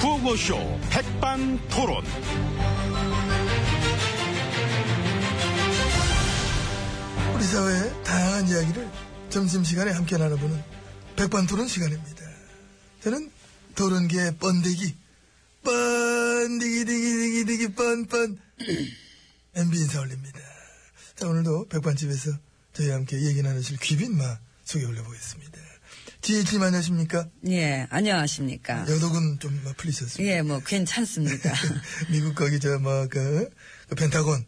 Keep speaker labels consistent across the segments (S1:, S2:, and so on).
S1: 구호쇼 백반토론.
S2: 우리 사회의 다양한 이야기를 점심시간에 함께 나눠보는 백반토론 시간입니다. 저는 토론계의 번데기, 번데기, 데기, 데기, 데기, 뻔, 뻔, MB 인사 올립니다. 자, 오늘도 백반집에서 저희와 함께 얘기 나누실 귀빈마 소개 올려보겠습니다. 지혜님 안녕하십니까?
S3: 예, 안녕하십니까.
S2: 여독은 좀 풀리셨습니다.
S3: 예, 뭐, 괜찮습니다.
S2: 미국 거기 저, 뭐, 그, 그 펜타곤.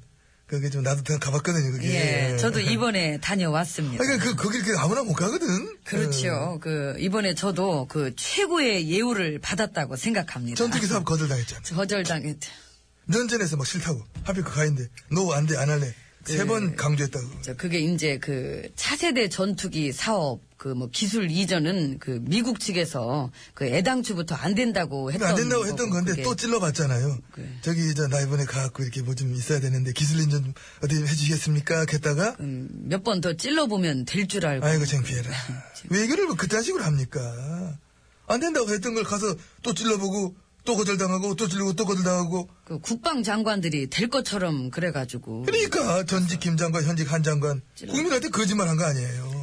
S2: 그게 좀 나도 다 가봤거든요, 그게.
S3: 예, 저도 이번에 다녀왔습니다.
S2: 그러니까 그, 거길 그 아무나 못 가거든.
S3: 그렇죠.
S2: 예.
S3: 그, 이번에 저도 그 최고의 예우를 받았다고 생각합니다.
S2: 예. 전투기 사업 거절당했잖아.
S3: 거절당했죠.
S2: 면전에서 막 싫다고. 하필 그 가인데, 노, 안 돼, 안 할래.
S3: 예.
S2: 세 번 강조했다고.
S3: 저 그게 이제 그 차세대 전투기 사업 그 뭐 기술 이전은 그 미국 측에서 그 애당초부터 안 된다고 했던
S2: 그러니까 안 된다고
S3: 거고,
S2: 했던 건데
S3: 그게.
S2: 또 찔러봤잖아요.
S3: 그래.
S2: 저기, 저, 나 이번에 가갖고 이렇게 뭐 좀 있어야 되는데 기술인전 좀 어떻게 해주시겠습니까? 했다가,
S3: 음, 몇 번 더 찔러보면 될 줄 알고.
S2: 아이고, 창피해라. 왜 이거를 뭐 그딴 식으로 합니까? 안 된다고 했던 걸 가서 또 찔러보고, 또 거절당하고, 또 찔르고, 또 거절당하고.
S3: 그 국방 장관들이 될 것처럼 그래가지고.
S2: 그러니까, 전직 김 장관, 현직 한 장관.
S3: 찔러.
S2: 국민한테 거짓말 한 거 아니에요.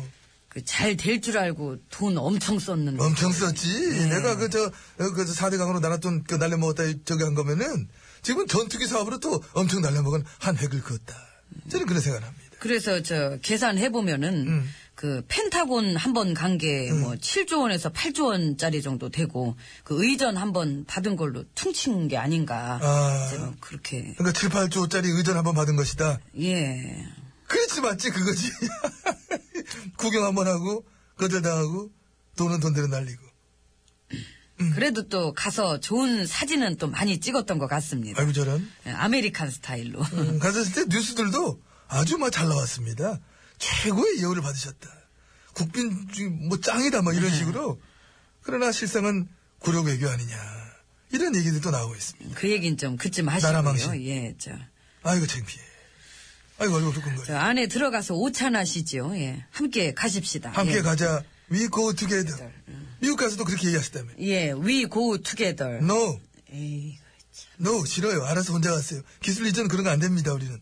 S3: 그 잘 될 줄 알고 돈 엄청 썼는데.
S2: 엄청 썼지. 내가 그, 저, 어, 그, 4대 강으로 날았던, 그, 날려먹었다, 이- 저기 한 거면은, 지금 전투기 사업으로 또 엄청 날려먹은 한 획을 그었다. 저는 그런 생각을 합니다.
S3: 그래서 저 계산해 보면은
S2: 음.
S3: 그 펜타곤 한 번 간 게 뭐 7조 원에서 8조 원짜리 정도 되고 그 의전 한 번 받은 걸로 퉁친 게 아닌가.
S2: 아.
S3: 제가 뭐 그렇게
S2: 그러니까 7, 8조짜리 의전 한번 받은 것이다.
S3: 예.
S2: 그렇지, 맞지, 그거지. 구경 한번 하고, 거절당하고, 돈은 돈대로 날리고. 음.
S3: 그래도 또 가서 좋은 사진은 또 많이 찍었던 것 같습니다.
S2: 아이고, 저런.
S3: 예, 아메리칸 스타일로.
S2: 음, 갔을 때 뉴스들도 아주 막 잘 나왔습니다. 최고의 예우를 받으셨다. 국빈 중 뭐 짱이다 막 이런 식으로. 그러나 실상은 구력 외교 아니냐 이런 얘기들도 나오고 있습니다.
S3: 그 얘긴 좀 그쯤
S2: 나라
S3: 하시고요.
S2: 망신.
S3: 예, 저.
S2: 아이고 창피해. 아이고 얼굴
S3: 저
S2: 두근거려.
S3: 안에 들어가서 오찬하시죠. 예. 함께 가십시다.
S2: 함께
S3: 예.
S2: 가자. We go together. 미국 가서도 그렇게 얘기하셨다며.
S3: 예, we go together.
S2: No,
S3: 에이,
S2: no 싫어요. 알아서 혼자 갔어요. 기술 이전 그런 거 안 됩니다 우리는.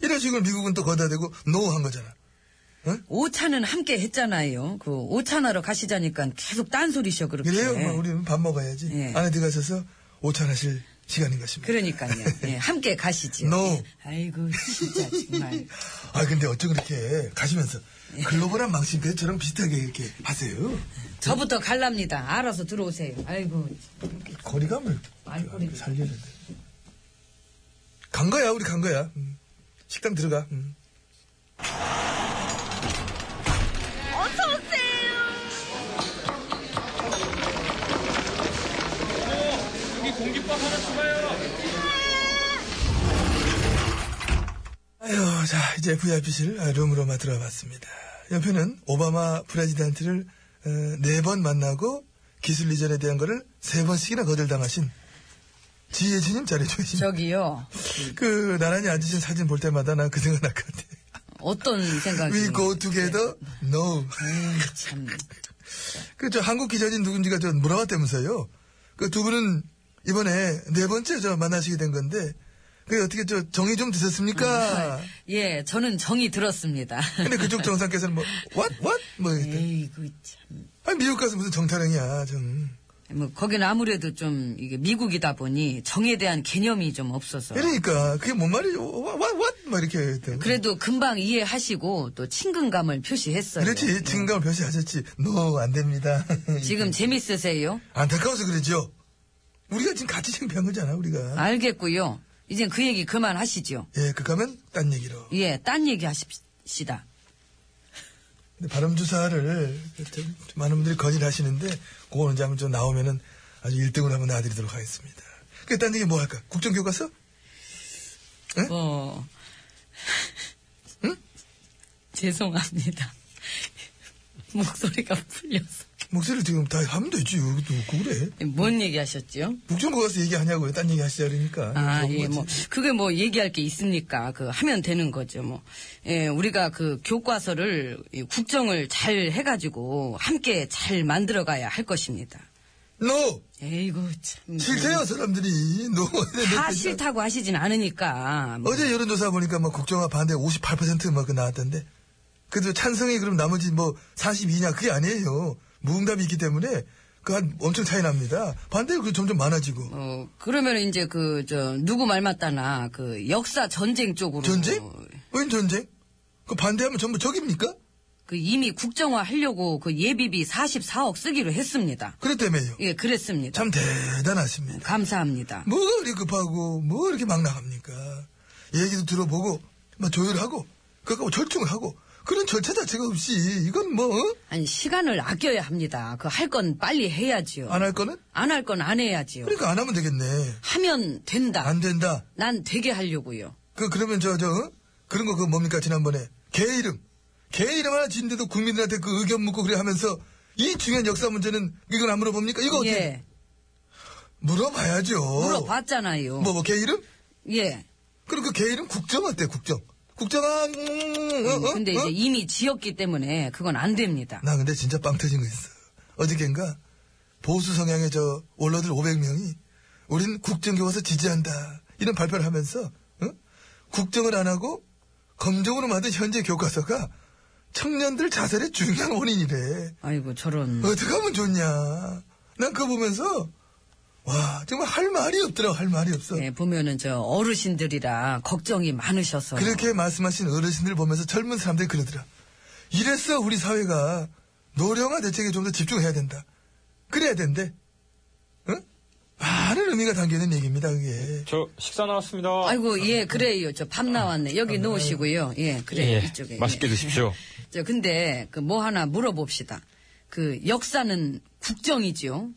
S2: 이런 식으로 미국은 또 거다 대고 no 한 거잖아.
S3: 오차는 함께 했잖아요. 그 오차나러 가시자니까 계속 딴소리셔 그렇게.
S2: 그래요? 뭐 우리는 밥 먹어야지.
S3: 예.
S2: 안에 들어가셔서 오찬하실 시간인 것입니다.
S3: 그러니까요. 예, 함께 가시지요.
S2: No.
S3: 예. 아이고 진짜 정말. 예.
S2: 아 근데 어쩜 그렇게 가시면서 글로벌한 망신까지 저랑 비슷하게 이렇게 하세요.
S3: 저부터 갈랍니다. 알아서 들어오세요. 아이고.
S2: 거리감을
S3: 말꼬리를.
S2: 살리는데. 간 거야 우리 간 거야. 음. 식당 들어가. 음. 아유, 자, 이제 VIP실 룸으로 만 들어봤습니다. 옆에는 오바마 프레지던트를 네 번 만나고 기술 이전에 대한 거를 세 번씩이나 거절당하신 지혜진님 자리에 계십니다.
S3: 저기요.
S2: 그, 나란히 앉으신 사진 볼 때마다 나 그 생각 날 것 같아.
S3: 어떤 생각이?
S2: We go together? No.
S3: 에이, 참.
S2: 그, 저, 한국 기자진 누군지가 저 물어봤다면서요. 그 두 분은 이번에 네 번째 저 만나시게 된 건데, 그 어떻게 저 정이 좀 드셨습니까?
S3: 예, 저는 정이 들었습니다.
S2: 근데 그쪽 정상께서는 뭐, what, what? 뭐, 이랬대.
S3: 에이구 참.
S2: 아니, 미국 가서 무슨 정타령이야, 정.
S3: 뭐 거기는 아무래도 좀 이게 미국이다 보니 정에 대한 개념이 좀 없어서.
S2: 그러니까, 그게 뭔 말이죠? what, what, what? 막 이렇게 했다고.
S3: 아. 그래도 금방 이해하시고 또 친근감을 표시했어요.
S2: 그렇지, 증감을 표시하셨지. no, 안 됩니다.
S3: 지금 재밌으세요?
S2: 안타까워서 그러죠. 우리가 지금 같이 창피한 거잖아, 우리가.
S3: 알겠고요. 이젠 그 얘기 그만하시죠.
S2: 예, 그 가면 딴 얘기로.
S3: 예, 딴 얘기 하십시다.
S2: 근데 발음 주사를 좀 많은 분들이 거절하시는데 그거는 이제 한번 좀 나오면은 아주 1등으로 한번 놔드리도록 하겠습니다. 그딴 얘기 뭐 할까? 국정교과서?
S3: 어. 죄송합니다. 목소리가 풀려서.
S2: 목소리를 지금 다 하면 되지. 여기도 없고 그래.
S3: 뭔 얘기 하셨죠?
S2: 국정교과서 얘기하냐고요. 딴 얘기 하시자 그러니까.
S3: 아,
S2: 그런
S3: 예,
S2: 거지.
S3: 뭐, 그게 뭐 얘기할 게 있습니까? 그, 하면 되는 거죠, 뭐. 예, 우리가 그 교과서를, 이 국정을 잘 해가지고 함께 잘 만들어가야 할 것입니다.
S2: No!
S3: 에이구 참.
S2: 싫대요, 사람들이. 너무.
S3: 다 싫다고 하시진 않으니까. 뭐.
S2: 어제 여론조사 보니까 뭐 국정화 반대 58%막 그 나왔던데. 그래도 찬성이 그럼 나머지 뭐 42냐 그게 아니에요. 무응답이 있기 때문에 그 한 엄청 차이 납니다. 반대가 그 점점 많아지고.
S3: 어, 그러면 이제 그, 저, 누구 말 맞다나, 그, 역사 전쟁 쪽으로.
S2: 전쟁? 웬 전쟁? 그 반대하면 전부 적입니까?
S3: 그 이미 국정화 하려고 그 예비비 44억 쓰기로 했습니다.
S2: 그랬다며요.
S3: 예, 그랬습니다.
S2: 참 대단하십니다.
S3: 감사합니다.
S2: 뭐가 그리 급하고 뭐 이렇게 막 나갑니까? 얘기도 들어보고 막 조율하고 그거 절충을 하고 그런 절차 자체가 없이 이건 뭐 안 할
S3: 아니, 시간을 아껴야 합니다. 그 할 건 빨리 해야지요.
S2: 거는
S3: 안 할 건 안 해야지요.
S2: 아. 그러니까 안 하면 되겠네.
S3: 하면 된다.
S2: 안 된다.
S3: 난 되게 하려고요.
S2: 그 그러면 저 저 그런 거 그 뭡니까 지난번에 개 이름 개 이름 하나 짓는데도 국민들한테 그 의견 묻고 그래 하면서 이 중요한 역사 문제는 이건 안그 물어봅니까? 이거 어떻게
S3: 예.
S2: 물어봐야죠.
S3: 물어봤잖아요.
S2: 뭐 뭐 개 이름?
S3: 예.
S2: 그럼 그 개 이름 국정화 때 국정 국정화 음, 어, 어,
S3: 근데
S2: 어?
S3: 이제 이미 지었기 때문에 그건 안 됩니다.
S2: 나 근데 진짜 빵 터진 거 있어. 어저께인가 보수 성향의 저 원로들 500명이 우린 국정교과서 지지한다 이런 발표를 하면서 어? 국정을 안 하고 검정으로 만든 현재 교과서가 청년들 자살의 중요한 원인이래.
S3: 아이고, 저런.
S2: 어떻게 하면 좋냐? 난 그거 보면서 와 정말 할 말이 없더라 할 말이 없어.
S3: 예, 보면은 저 어르신들이라 걱정이 많으셔서.
S2: 그렇게 말씀하신 어르신들 보면서 젊은 사람들이 그러더라. 이래서 우리 사회가 노령화 대책에 좀 더 집중해야 된다. 그래야 된대. 응? 많은 의미가 담겨 있는 얘기입니다, 그게.
S4: 저 식사 나왔습니다.
S3: 아이고, 예, 그래요. 저 밥 나왔네. 여기 놓으시고요. 예, 그래요.
S4: 예,
S3: 이쪽에.
S4: 맛있게
S3: 예.
S4: 드십시오.
S3: 저, 근데, 그, 뭐 하나 물어봅시다. 그, 역사는 국정이지요?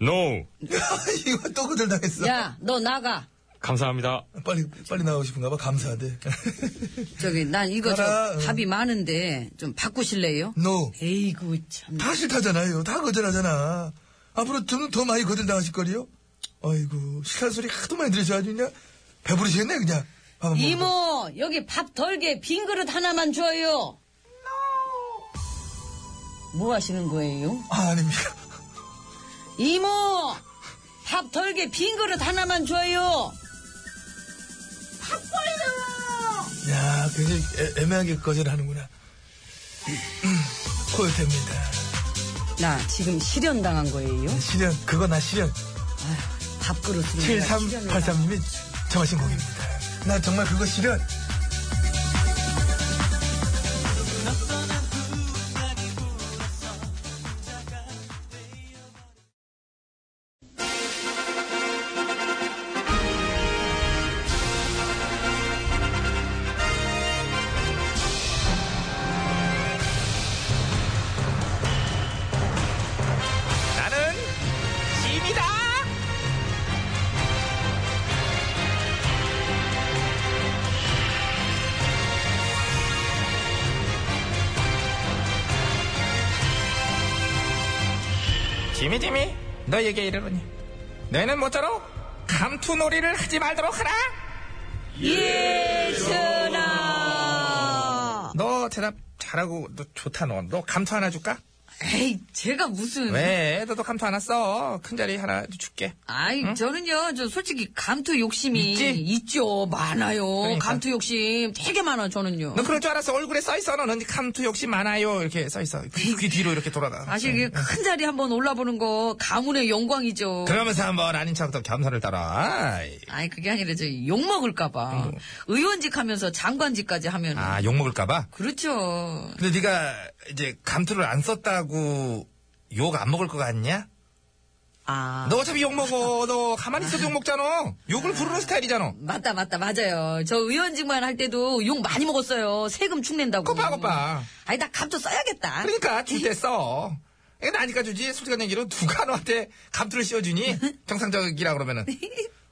S4: No.
S2: 이거 또 그들 당했어.
S3: 야, 너 나가!
S4: 감사합니다.
S2: 빨리, 빨리 나가고 싶은가 봐. 감사하대.
S3: 저기, 난 이거
S2: 나라,
S3: 저,
S2: 어.
S3: 답이 많은데, 좀 바꾸실래요?
S2: No.
S3: 에이구, 참.
S2: 다 싫다잖아요. 다 거절하잖아. 앞으로 저는 더 많이 거절당하실 거리요? 아이고, 싫다는 소리 하도 많이 들으셔. 아주 그냥 배부르시겠네, 그냥. 밥 한번 먹어도.
S3: 이모, 여기 밥 덜게 빈 그릇 하나만 줘요! 뭐 하시는 거예요?
S2: 아, 아닙니다.
S3: 이모! 밥 덜게 빈 그릇 하나만 줘요!
S2: 야, 굉장히 애, 매하게 거절하는구나. 코요태입니다.
S3: 나 지금 실현당한 거예요?
S2: 실현, 그거 나 실현.
S3: 아휴, 밥그릇으로.
S2: 네,
S3: 내가 실현을 당-
S2: 7383님이 정하신 곡입니다. 나 정말 그거 실현.
S1: 나는 짐이다.
S5: 지미 지미 너에게 이르노니 너희는 모쪼록 감투놀이를 하지 말도록 하라
S3: 예, 전하!
S5: 너 대답 잘하고 너 좋다 너 너 감투 하나 줄까?
S3: 에이, 제가 무슨.
S5: 왜 너도 감투 하나 써큰 자리 하나 줄게
S3: 아이, 저는요, 저 솔직히 감투 욕심이.
S5: 있지?
S3: 죠 많아요.
S5: 그러니까.
S3: 감투 욕심 되게 많아, 저는요.
S5: 너 그럴 줄 알았어 얼굴에 써있어 너는 감투 욕심 많아요 이렇게 써있어 귀, 귀 뒤로 이렇게 돌아가 네.
S3: 사실 이게 그 큰 자리 한번 올라보는 거, 가문의 영광이죠.
S5: 그러면서 한번 아닌 척부터 겸손을 따라 아이,
S3: 아이, 그게 아니라 저 욕먹을까봐. 의원직 하면서 장관직까지 하면.
S5: 네. 아 욕먹을까봐
S3: 그렇죠.
S5: 근데 네가 이제 감투를 안 썼다고 욕 안 먹을 것 같냐?
S3: 아.
S5: 너 어차피 욕먹어 너 가만히 있어도 욕먹잖아 욕을 부르는 스타일이잖아
S3: 맞다 맞다 맞아요. 저 의원직만 할 때도 욕 많이 먹었어요. 세금 축낸다고.
S5: 그거 봐, 그거 봐.
S3: 아니 나 감투 써야겠다.
S5: 그러니까 줄 때 써. 이건 나니까 주지. 솔직한 얘기로 누가 너한테 감투를 씌워주니 정상적이라 그러면은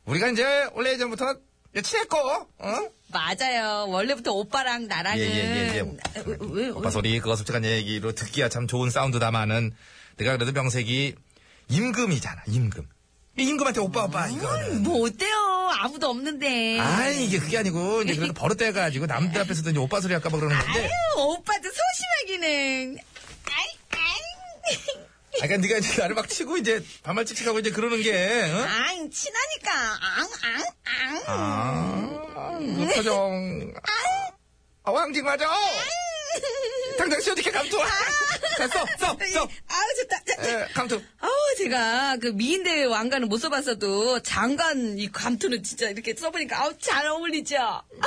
S5: 우리가 이제 원래 예전부터 이제 친했고 어?
S3: 맞아요. 원래부터 오빠랑
S5: 예,
S3: 나랑은 에, 왜, 왜,
S5: 오빠 소리 그거 솔직한 얘기로 듣기야 참 좋은 사운드다마는 내가 그래도 명색이 임금이잖아. 임금. 이 임금한테 오빠 오빠 이거는.
S3: 뭐 어때요? 아무도 없는데.
S5: 아니 이게 그게 아니고 이제 그래도 버릇돼가지고 남들 앞에서도 이제 오빠 소리 네. 할까봐 그러는 건데
S3: 아유, 오빠도 소심하기는. 아이 아이.
S5: 그러니까 네가 이제 나를 막 치고 이제 반말 찍찍하고 이제 그러는 게 응?
S6: 앙, 친하니까. 앙, 앙, 앙.
S5: 아, 그 표정. 아, 왕징 맞아. 당장 시어지게 감투. 됐어, 써, 써.
S3: 아우, 좋다. 자, 자.
S5: 예, 감투.
S3: 아우, 제가 그 미인대 왕관은 못 써봤어도 장관 이 감투는 진짜 이렇게 써보니까 아우, 잘 어울리죠?
S5: 음.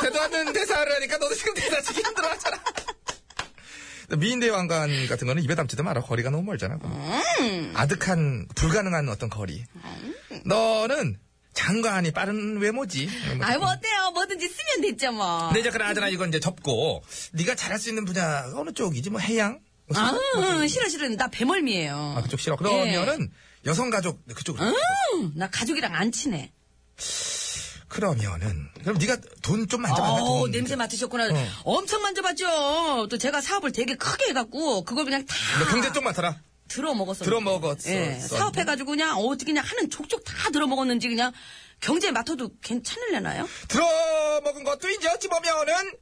S5: 대도 않는 대사를 하니까 너도 지금 대사 치기 힘들어 하잖아. 미인대 왕관 같은 거는 입에 담지도 마라. 거리가 너무 멀잖아.
S3: 음.
S5: 아득한, 불가능한 어떤 거리. 너는 장관이 빠른 외모지.
S3: 아이, 뭐 어때요? 뭐든지 쓰면 됐죠, 뭐.
S5: 근데 이제 그나저나 이건 이제 접고, 네가 잘할 수 있는 분야가 어느 쪽이지? 뭐 해양? 뭐
S3: 아,
S5: 수산?
S3: 싫어, 싫어. 나 배멀미예요. 예.
S5: 아, 그쪽 싫어. 그러면은 여성가족 그쪽으로.
S3: 음, 나 가족이랑 안 친해.
S5: 그러면은 그럼 네가 돈 좀 만져봤나?
S3: 어,
S5: 돈.
S3: 냄새 맡으셨구나. 엄청 만져봤죠. 또 제가 사업을 되게 크게 해갖고 그걸 그냥 다
S5: 너 경제 좀 맡아라.
S3: 들어 먹었어.
S5: 들어 먹었어.
S3: 예, 사업해가지고 그냥 어떻게 그냥 하는 족족 다 들어 먹었는지 그냥 경제 맡아도
S5: 네.
S3: 괜찮을려나요?
S5: 들어 먹은 것도 이제 어찌 보면은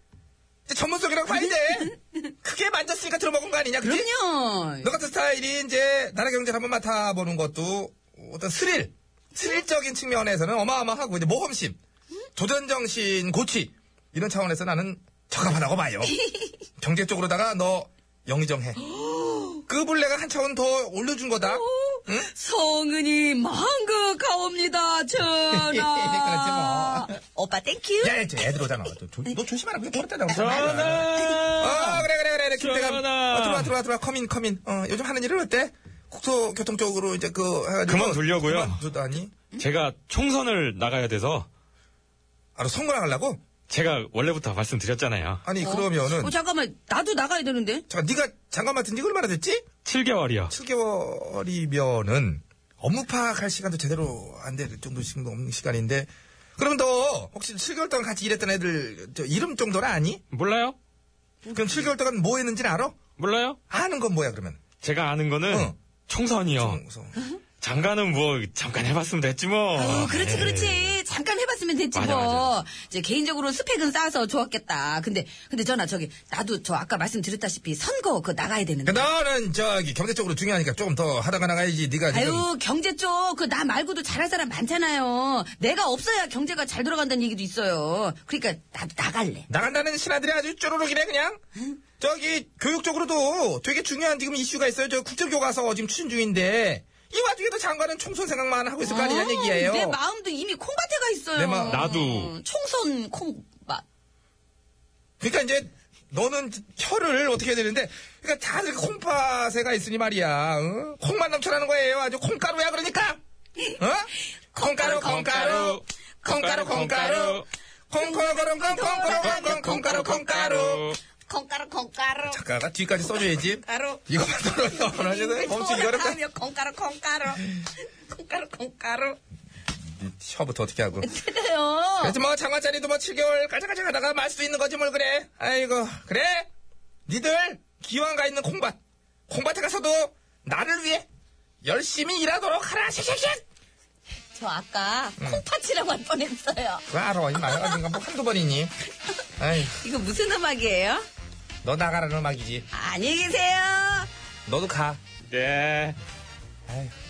S5: 이제 전문성이라고 봐야 돼. 크게 만졌으니까 들어 먹은 거 아니냐? 그치?
S3: 그럼요.
S5: 너 같은 스타일이 이제 나라 경제를 한번 맡아보는 것도 어떤 스릴, 스릴적인 측면에서는 어마어마하고 이제 모험심, 도전 정신 고취 이런 차원에서 나는 적합하다고 봐요. 경제 쪽으로다가 너 영의정해. 그블레가 한 차원 더 올려준 거다. 응?
S3: 성은이 망극하옵니다, 전하.
S5: 그렇지 예,
S3: 오빠 땡큐.
S5: 야, 야, 쟤 애들 오잖아. 너, 조, 너 조심하라. 그냥 버릇다 나오잖아.
S4: 전화!
S3: 아.
S5: 어, 그래, 그래, 그래. 김대감.
S4: 시원하다.
S5: 어, 들어와, 들어와, 들어와. 커민, 커민. 어, 요즘 하는 일은 어때? 국토교통 쪽으로 이제 그, 해가지고.
S4: 그만 두려고요.
S5: 그만두다니.
S4: 제가 총선을 나가야 돼서
S5: 아, 선거랑 하려고?
S4: 제가 원래부터 말씀드렸잖아요.
S5: 아니, 그러면은.
S3: 어, 잠깐만. 나도 나가야 되는데.
S5: 잠깐, 네가 장관 맡은 지 얼마나 됐지?
S4: 7개월이요.
S5: 7개월이면은 업무 파악할 시간도 제대로 안 될 정도씩도 없는 시간인데. 그럼 너 혹시 7개월 동안 같이 일했던 애들 저 이름 정도는 아니?
S4: 몰라요?
S5: 그럼 7개월 동안 뭐 했는지는 알아?
S4: 몰라요?
S5: 아는 건 뭐야 그러면?
S4: 제가 아는 거는
S5: 어.
S4: 총선이요.
S5: 무서워.
S3: 음.
S4: 장관은 뭐 잠깐 해봤으면 됐지 뭐.
S3: 아유, 그렇지, 그렇지. 잠깐 해봤으면 됐지,
S4: 맞아,
S3: 뭐. 이제 개인적으로 스펙은 쌓아서 좋았겠다. 근데, 근데 전화, 저기, 나도 저 아까 말씀드렸다시피 선거 그거 나가야 되는데.
S5: 나는 저기 경제 쪽으로 중요하니까 조금 더 하다가 나가야지 네가 지금
S3: 아유, 경제 쪽, 그 나 말고도 잘할 사람 많잖아요. 내가 없어야 경제가 잘 돌아간다는 얘기도 있어요. 그러니까, 나도 나갈래.
S5: 나간다는 신하들이 아주 쪼르륵이네 그냥 저기 교육 쪽으로도 되게 중요한 지금 이슈가 있어요 저 국제교과서 지금 추진 중인데 이 와중에도 장관은 총선 생각만 하고 있을 거 아니냐는 얘기예요
S3: 어, 내 마음도 이미 콩밭에가 있어요.
S5: 내 마음.
S4: 나도.
S3: 총선 콩밭.
S5: 그러니까 이제 너는 혀를 어떻게 해야 되는데 그러니까 다들 콩파세가 있으니 말이야 응? 콩만 넘쳐나는 거예요 아주 콩가루야 그러니까 어? 콩가루 콩가루 콩가루 콩가루 콩코롱 콩콩콩콩 콩가루 콩가루
S6: 콩가루, 콩가루.
S5: 작가가 뒤까지 써줘야지.
S6: 콩가루.
S5: 이거만 떨어져. 엄청
S6: 소라
S5: 이거를
S6: 하며 콩가루, 콩가루. 콩가루, 콩가루.
S5: 혀부터 어떻게 하고.
S3: 그래요.
S5: 그래서 뭐 장화자리도 뭐 7개월 가자가자 하다가 말 수도 있는 거지 뭘 그래. 아이고 그래. 니들 기왕 가 있는 콩밭. 콩밭에 가서도 나를 위해 열심히 일하도록 하라. 쉑쉑쉑.
S3: 저 아까 콩팥이라고 할 뻔했어요.
S5: 그거 알아. 이 말하는 뭐 한두 번이니. 아이
S3: 이거 무슨 음악이에요?
S5: 너 나가라는 음악이지.
S3: 안녕히 계세요.
S5: 너도 가.
S4: 네.
S5: 아이